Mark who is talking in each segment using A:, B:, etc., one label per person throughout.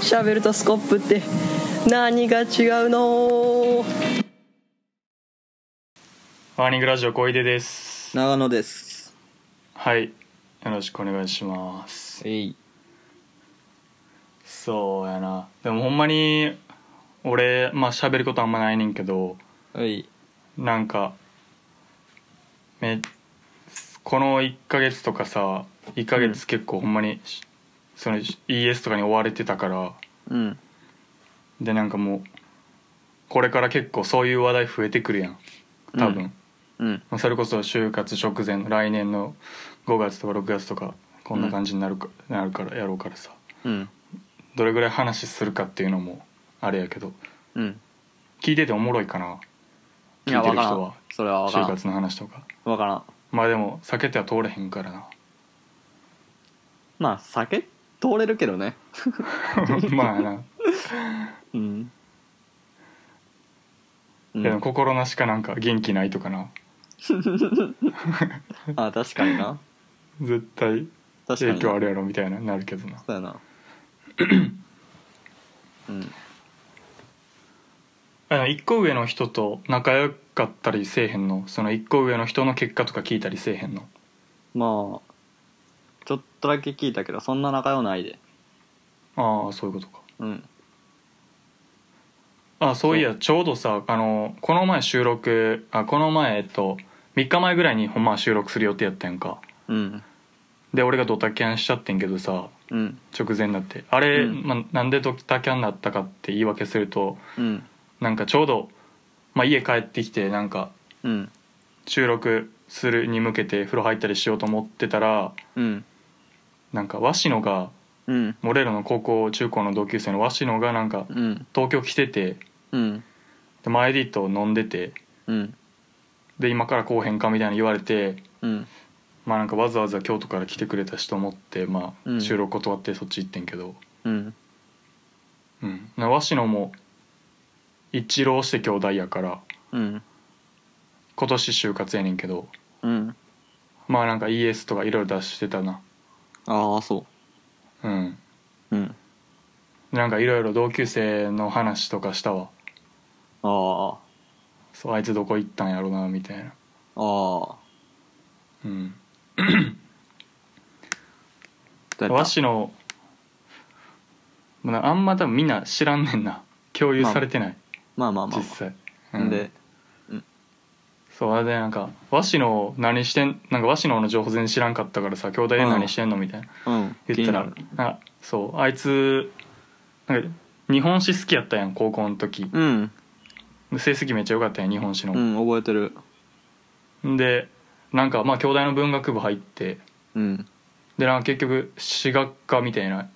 A: シャベルとスコップって何が違うの
B: ワーニングラジオ小出です
C: 長野です
B: はいよろしくお願いします
C: えい
B: そうやなでもほんまに俺まあ喋ることあんまないねんけど
C: はい
B: なんかめこの1ヶ月とかさ1ヶ月結構ほんまに、その ES とかに追われてたから
C: うん
B: でなんかもうこれから結構そういう話題増えてくるやん多分、
C: うん
B: まあそれこそ就活直前来年の5月とか6月とかこんな感じになるか、なるからやろうからさ
C: うん
B: どれぐらい話するかっていうのもあれやけど
C: うん
B: 聞いてておもろいかない聞
C: や
B: いて
C: 分
B: る
C: から
B: 人
C: ん
B: は
C: それは分か
B: 就
C: らん
B: 活の話とか
C: 分からん
B: まあでも避けては通れへんか らな
C: まあ酒通れるけどね
B: まあな、
C: うんう
B: でも
C: ん、
B: 心なしかなんか元気ないとかな
C: あ確かにな
B: 絶対
C: 確か
B: 影
C: に
B: 響あ
C: な
B: るやろみたいななるけどな
C: そうや なうん
B: あの一個上の人と仲良かったりせえへんのその一個上の人の結果とか聞いたりせえへんの
C: まあちょっとだけ聞いたけどそんな仲良ないで
B: ああそういうことか
C: うん
B: あそういやちょうどさあのこの前収録あこの前えっと3日前ぐらいにほんまは収録する予定やったやんか
C: うん
B: で俺がドタキャンしちゃってんけどさ
C: うん
B: 直前になってあれ、
C: うん
B: まあ、なんでドタキャンになったかって言い訳すると
C: うん
B: なんかちょうど、まあ、家帰ってきてなんか
C: うん
B: 収録するに向けて風呂入ったりしようと思ってたら
C: うん
B: なんか鷲野が
C: うん
B: モレロの高校中高の同級生の鷲野がなんか
C: うん
B: 東京来てて
C: うん
B: で前 D と飲んでて
C: うん
B: で今からこうへんかみたいに言われて
C: うん
B: まあなんかわざわざ京都から来てくれたしと思って、ま
C: う
B: あ、
C: ん
B: 収録断ってそっち行ってんけど、
C: うん
B: うんな鷲野も一浪して兄弟やから
C: うん
B: 今年就活やねんけど
C: うん
B: まあなんか ES とかいろいろ出してたな
C: ああそ
B: うん
C: ううん
B: なんかいろいろ同級生の話とかしたわ
C: あ
B: そうあいつどこ行ったんやろなみたいな
C: あああ
B: うん
C: どうやった
B: 鷲野まああんま多分みんな知らんねんな共有されてない、
C: まあまあまあ
B: 実際、
C: ま
B: う
C: あ
B: ん
C: で
B: そうあれでなんか鷲野何してんなんか鷲野の情報全然知らんかったからさ兄弟で何してんのみたいな
C: うん
B: 言った
C: 気
B: ら
C: になる
B: あそうあいつなんか日本史好きやったやん高校の時
C: うん
B: 成績めっちゃ良かったやん日本史
C: う
B: の、
C: ん覚えてる
B: でなんかまあ兄弟の文学部入って
C: うん
B: でなんか結局史学科みたいな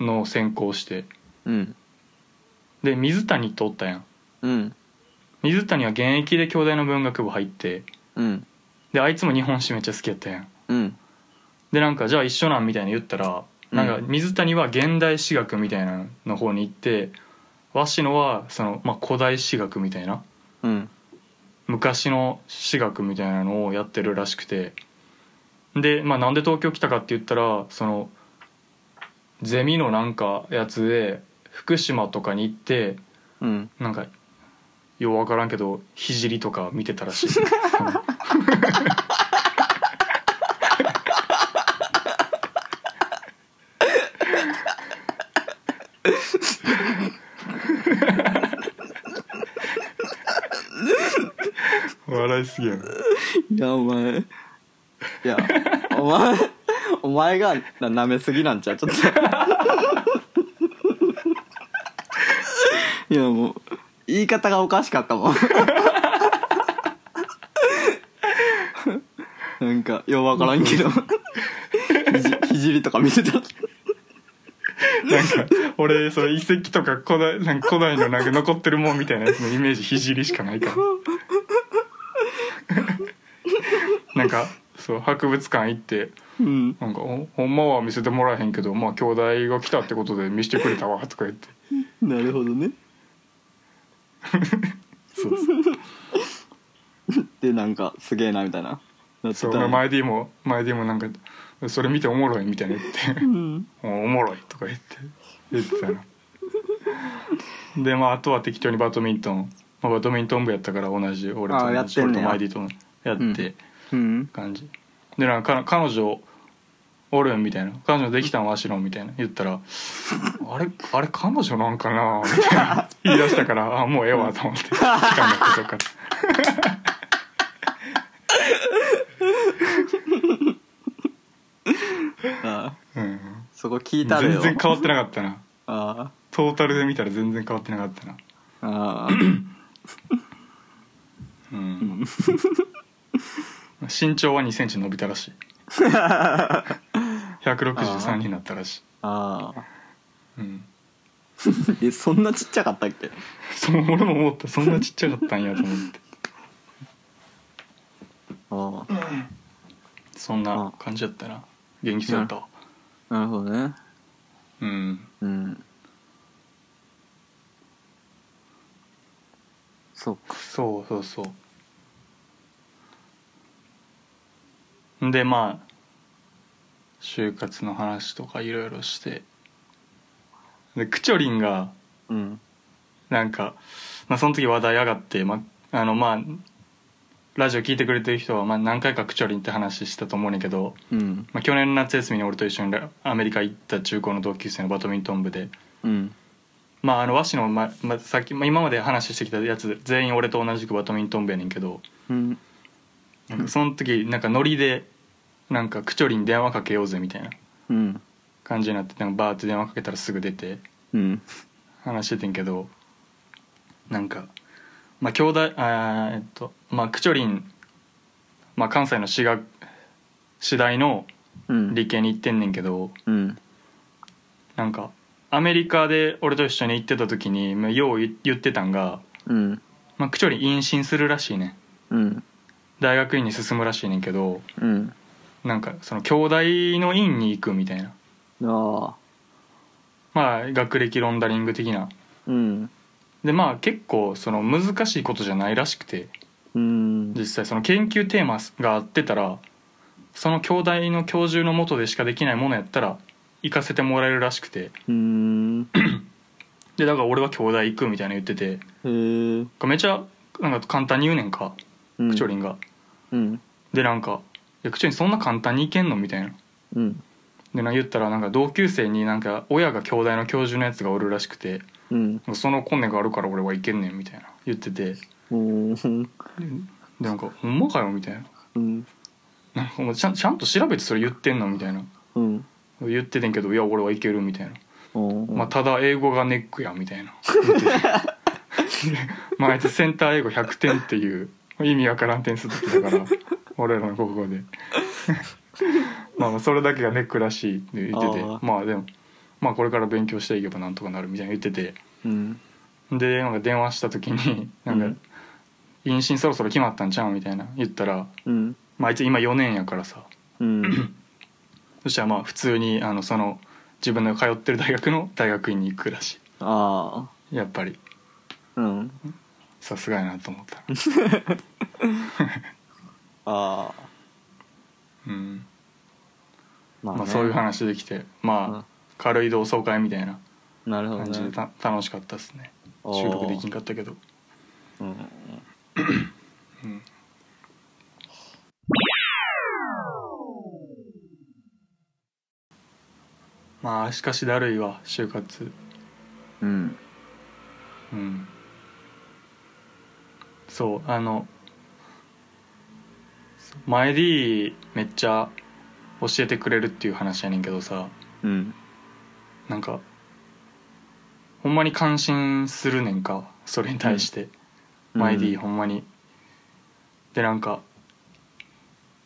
B: のを専攻して
C: うん
B: で水谷っておったやん
C: うん
B: 水谷は現役で兄弟の文学部入って
C: うん
B: であいつも日本史めっちゃ好きやったやん
C: うん
B: でなんかじゃあ一緒なんみたいに言ったらなんか
C: うん
B: 水谷は現代史学みたいなの方に行って鷲野はその、まあ、古代史学みたいな
C: うん
B: 昔の史学みたいなのをやってるらしくてで、まあ、なんで東京来たかって言ったらそのゼミのなんかやつで福島とかに行って
C: うん
B: なんかよう分からんけど聖とか見てたらしい笑いすぎやろ
C: いやお前いやお前お前がな舐めすぎなんちゃうちょっといやもう言い方がおかしかったもんなんかようわからんけどひじひじりとか見てた
B: なんか俺その遺跡とか古代なんか古代のなんか残ってるもんみたいなやつのイメージ聖しかないからなんかそう博物館行って
C: うん
B: なんかほ「ほんまは見せてもらえへんけどまあ兄弟が来たってことで見せてくれたわ」とか言って
C: なるほどね
B: そうそう
C: でなんかすげえなみたいなな ってた
B: そう前 D も前 D もなんか「それ見ておもろい」みたいな言って
C: うん
B: 「おもろい」とか言って言ってたなでまああとは適当にバドミントン、まあ、バドミントン部やったから同じ俺
C: あーや
B: と
C: っ
B: シ
C: て
B: ョ
C: ん
B: ル
C: ね
B: ト
C: や
B: マイディとやって
C: うん
B: 感じ、でなんか彼彼女おるんみたいな彼女できたんわしのみたいな言ったら「あれあれ彼女なんかな?」みたいな言い出したからあもうええわと思って時間なくとから
C: あー
B: うん
C: そこ聞いたで
B: 全
C: よ
B: 然変わってなかったな
C: あ
B: トータルで見たら全然変わってなかったな
C: ーあ
B: うん 身長は2センチ伸びたらし い163になったらしい、
C: あああ
B: うん、
C: えそんなちっちゃかったっけ
B: そう俺も思ったそんなちっちゃかったんやと思
C: あ
B: って
C: あ
B: そんな感じやったな元気そうやったわ
C: なるほどね
B: うん
C: うんそうか
B: そうそうそうでまあ就活の話とかいろいろしてでクチョリンが
C: うん
B: なんか、まあ、その時話題上がって、まあ、あのまあラジオ聞いてくれてる人は、まあ、何回かクチョリンって話したと思うねんだけど、
C: うん
B: まあ、去年の夏休みに俺と一緒にラアメリカ行った中高の同級生のバドミントン部で、
C: うん
B: まあ、あの和紙の、ままあ、さっき、まあ、今まで話してきたやつ全員俺と同じくバドミントン部やねんけど
C: うん
B: なんかその時なんかノリでなんかクチョリン電話かけようぜみたいな
C: うん
B: 感じになってなんかバーって電話かけたらすぐ出て。
C: うん
B: 話しててんけどなんかまあ兄弟あーえっとまあクチョリン、まあ、関西の私学私大の
C: うん
B: 理系に行ってんねんけど
C: うん
B: なんかアメリカで俺と一緒に行ってた時に、まあ、よう言言ってたんが、
C: うん
B: まあ、クチョリン妊娠するらしいねん
C: うん
B: 大学院に進むらしいねんけど
C: うん
B: なんかその兄弟の院に行くみたいな
C: ああ
B: まあ学歴ロンダリング的な
C: うん
B: でまあ結構その難しいことじゃないらしくて
C: うん
B: 実際その研究テーマが合ってたらその京大の教授のもとでしかできないものやったら行かせてもらえるらしくて
C: うん
B: でだから俺は京大行くみたいなの言ってて
C: へえ
B: めちゃなんか簡単に言うねんかクチョリンが、
C: うん
B: でなんか「いやクチョリンそんな簡単に行けんの?」みたいな
C: うん
B: でなんか言ったらなんか同級生になんか親が京大の教授のやつがおるらしくて
C: うん
B: そのコネがあるから俺は行けんねんみたいな言っててで
C: うん
B: なんか「ほんまかよ」みたいな
C: うん
B: 「なんかもうちゃんちゃんと調べてそれ言ってんの?」みたいな
C: うん
B: 言っててんけど「いや俺はいける」みたいな
C: うん
B: まあ、ただ英語がネックやみた いなまああいつセンター英語100点っていう意味わからん点数だった から俺らの高校で まあまあそれだけがネックらしいって言ってて
C: あー
B: まあでもまあこれから勉強していけばなんとかなるみたいな言ってて
C: うん
B: でなんか電話した時になんか、
C: うん
B: 妊娠そろそろ決まったんちゃう?」みたいな言ったら、
C: うん
B: まあ、あいつ今4年やからさ
C: うん
B: そしたらまあ普通にあのその自分の通ってる大学の大学院に行くらし
C: あ
B: いやっぱり
C: あうん
B: さすがやなと思った、
C: ああ
B: うん
C: ま
B: まあ、そういう話できてまあ、
C: うん
B: 軽い同窓会みたいな
C: なるほど
B: 感じで
C: ね
B: た楽しかったですね収録できんかったけど
C: うん
B: まあしかしだるいわ就活
C: うん
B: うんそうあの前 D めっちゃ教えてくれるっていう話やねんけどさ
C: うん
B: なんかほんまに感心するねんかそれに対して、マイディほんまにでなんか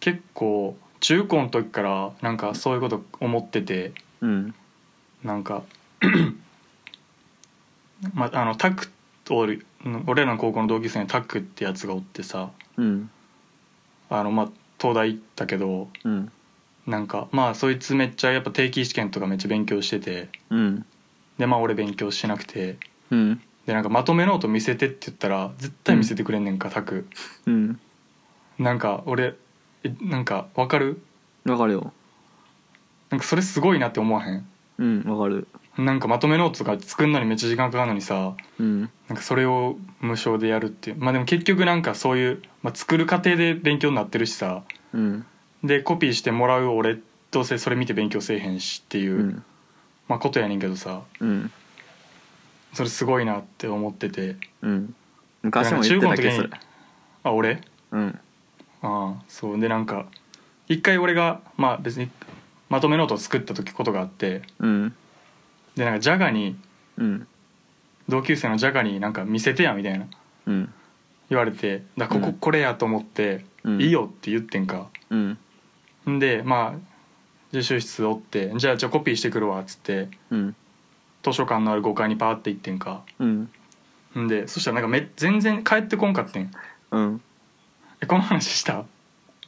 B: 結構中高の時からなんかそういうこと思ってて
C: うん
B: なんか まあのタクとおる俺らの高校の同級生にタクってやつがおってさ
C: うん
B: あのまあ東大行ったけど
C: うん
B: なんかまあそいつめっちゃやっぱ定期試験とかめっちゃ勉強してて
C: うん
B: でまあ俺勉強してなくて
C: うん
B: でなんかまとめノート見せてって言ったら絶対見せてくれんねんか、タク
C: うん
B: なんか俺えなんかわかる
C: わかるよ
B: なんかそれすごいなって思わへん
C: ううんわかる
B: なんかまとめノートとか作んのにめっちゃ時間かかるのにさ
C: うん
B: なんかそれを無償でやるっていうまあでも結局なんかそういう、まあ、作る過程で勉強になってるしさ
C: うん
B: でコピーしてもらう俺どうせそれ見て勉強せえへんしっていう、
C: うん
B: まあ、ことやねんけどさ
C: うん
B: それすごいなって思ってて
C: うん昔も言ってたけどそれ
B: 中学の時にあ俺
C: うん
B: ああそうでなんか一回俺がまあ別にまとめノートを作った時ことがあって
C: うん
B: でなんかジャガに
C: うん
B: 同級生のジャガになんか見せてやみたいな
C: うん
B: 言われてだこ
C: う
B: こ
C: ん
B: これやと思って、
C: うん
B: いいよって言ってんか
C: うん
B: んでまあ自習室おってじゃあじゃあコピーしてくるわっつって
C: うん
B: 図書館のある5階にパーって行ってんか
C: うん
B: んでそしたらなんかめ全然帰ってこんかってん
C: うん
B: えこの話した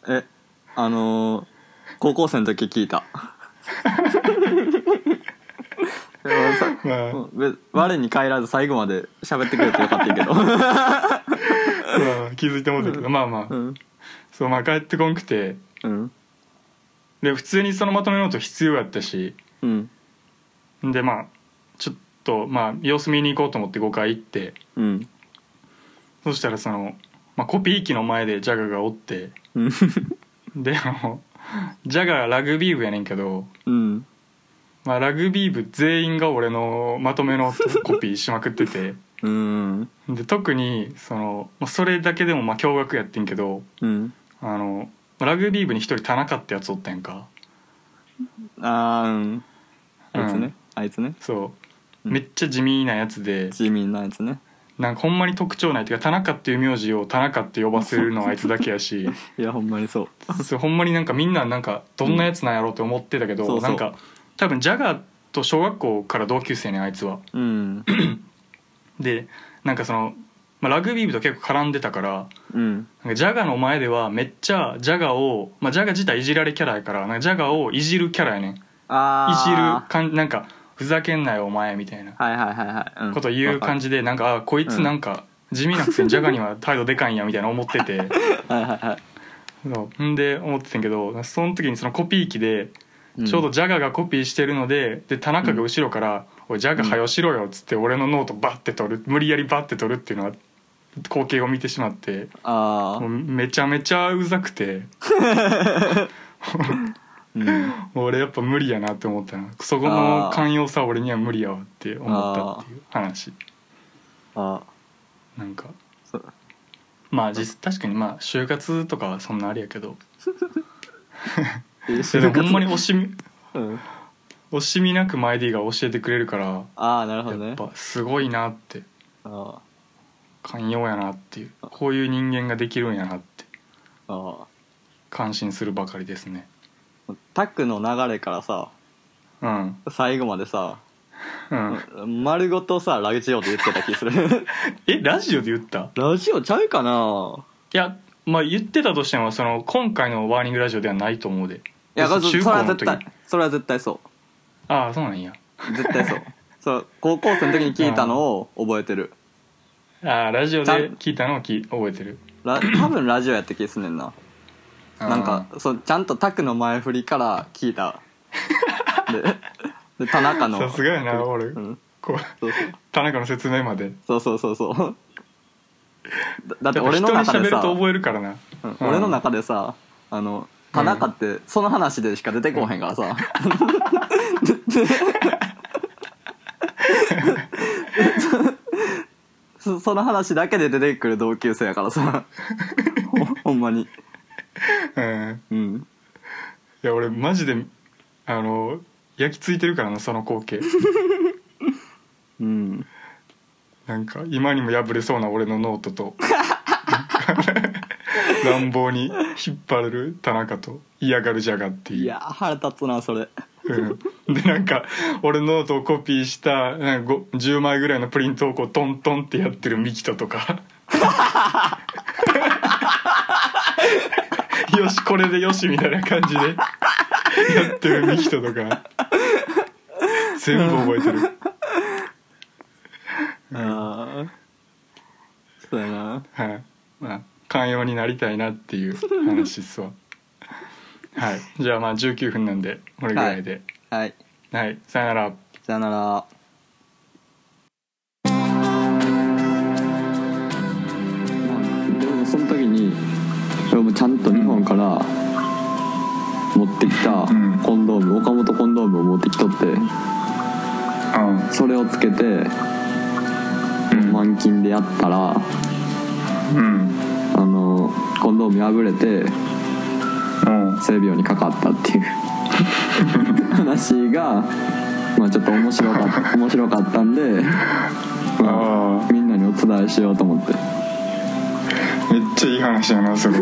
C: えあのー高校生の時聞い たでもさ
B: まあ
C: うんべ我に返らず最後まで喋ってくれてよかったけど
B: まあ気づいてもうたけど、まあまあ、
C: うん
B: そうまあ帰ってこんくて
C: うん
B: で普通にそのまとめノート必要やったし
C: うん
B: でまあちょっとまあ様子見に行こうと思って5階行って
C: うん
B: そしたらその、まあ、コピー機の前でジャガがおって
C: うん
B: であのジャガがラグビー部やねんけど、
C: うん
B: まあ、ラグビー部全員が俺のまとめノートコピーしまくってて
C: うん
B: で特にその、まあ、それだけでもまあ驚愕やってんけど
C: うん
B: あのラグビー部に一人田中ってやつおったやんか
C: あーうんあいつ
B: う
C: ね
B: ん
C: あいつね
B: そう、
C: うん
B: めっちゃ地味なやつで
C: 地味なやつね
B: なんかほんまに特徴ないっていうか田中っていう名字を田中って呼ばせるのはあいつだけやし
C: いやほんまにそう
B: そうほんまになんかみんななんかどんなやつなんやろうって思ってたけど、
C: うんそうそう
B: なんか多分ジャガーと小学校から同級生ねあいつは。
C: うん
B: でなんかその、まあ、ラグビー部と結構絡んでたから
C: うん
B: なんかジャガーの前ではめっちゃジャガーを、まあ、ジャガー自体いじられキャラやからなんかジャガーをいじるキャラやねんいじる
C: あ
B: 感じなんかふざけんなよお前みたいな
C: はいはいはいはい、うん
B: こと言う感じでなんかあこいつなんか地味なくせにジャガには態度でかいんやみたいな思って て
C: はいはいは
B: そうんで思ってたんやけどその時にそのコピー機で
C: い
B: ちょうどジャガがコピーしてるのでで田中が後ろから「おいジャガはよしろよ」っつって俺のノートバッて取る無理やりバッて取るっていうのは光景を見てしまって
C: ああ
B: もうめちゃめちゃうざくて
C: うん
B: 俺やっぱ無理やなって思ったなそこの寛容さ俺には無理やわって思ったっていう話
C: あ
B: なんか
C: そう
B: まあ実確かにまあ就活とかはそんなあれやけど
C: え
B: でもほんまに惜しみ
C: うん
B: 惜しみなくマイディが教えてくれるから
C: ああなるほど
B: やっ
C: ね
B: ぱすごいなって
C: あ
B: 寛容やなっていうこういう人間ができるんやなって
C: ああ
B: 感心するばかりですね
C: あタックの流れからさ
B: うん
C: 最後までさ
B: うん
C: 丸ごとさラジオで言ってた気す る
B: えラジオで言った
C: ラジオちゃうかない
B: やまあ言ってたとしてもその今回のワーニングラジオではないと思うで
C: いや
B: で
C: そ
B: 中
C: それは
B: 高の
C: 絶
B: 時
C: 対それは絶対そ
B: ああそうなんや
C: う絶 対そうそう高校生の時に聞いたのを覚えてる
B: ああラジオ
C: ちゃん
B: で聞いたのをき覚えてる
C: ラ多分ラジオやった気すんねんななんかそうちゃんとタクの前振りから聞い たでで田中
B: うん
C: の
B: さすがやな俺、
C: うん
B: こう
C: そう
B: 田中の説明まで
C: そうそうそうそうそうだだって
B: やっぱ
C: 俺の中
B: 人に
C: で
B: 喋る
C: さ
B: と覚えるからな
C: うん俺の中でさあの田中ってその話でしか出てこへんからさ、そ その話だけで出てくる同級生やからさほほんまに
B: うん
C: うん
B: いや俺マジであの焼き付いてるからなその光景
C: うん
B: なんか今にも破れそうな俺のノートと乱暴に引っ張れる田中と嫌がるジャガっていう
C: いや腹立つなそれ
B: うん、でなんか俺ノートをコピーしたなんかご10枚ぐらいのプリントをこうトントンってやってるミキトとかよしこれでよしみたいな感じでやってるミキトとか全部覚えてる
C: ああそうやな
B: はい、まあ、寛容になりたいなっていう話っすわはいじゃあまあ19分なんでこれぐらいで、
C: はい
B: はいさよなら
C: さよなら
D: でもその時に俺もちゃんと日本から持ってきた
B: うん
D: コンドーム、岡本コンドームを持ってきとって
B: う
D: それをつけて
B: ん
D: 満勤でやったら
B: うん
D: あのコンドーム破れて
B: うん
D: 性病にかかったっていう 話が、まあ、ちょっと面白かった面白かったんで、ま
B: あ
D: あ、みんなにお伝えしようと思って
B: あめっちゃいい話やなそれ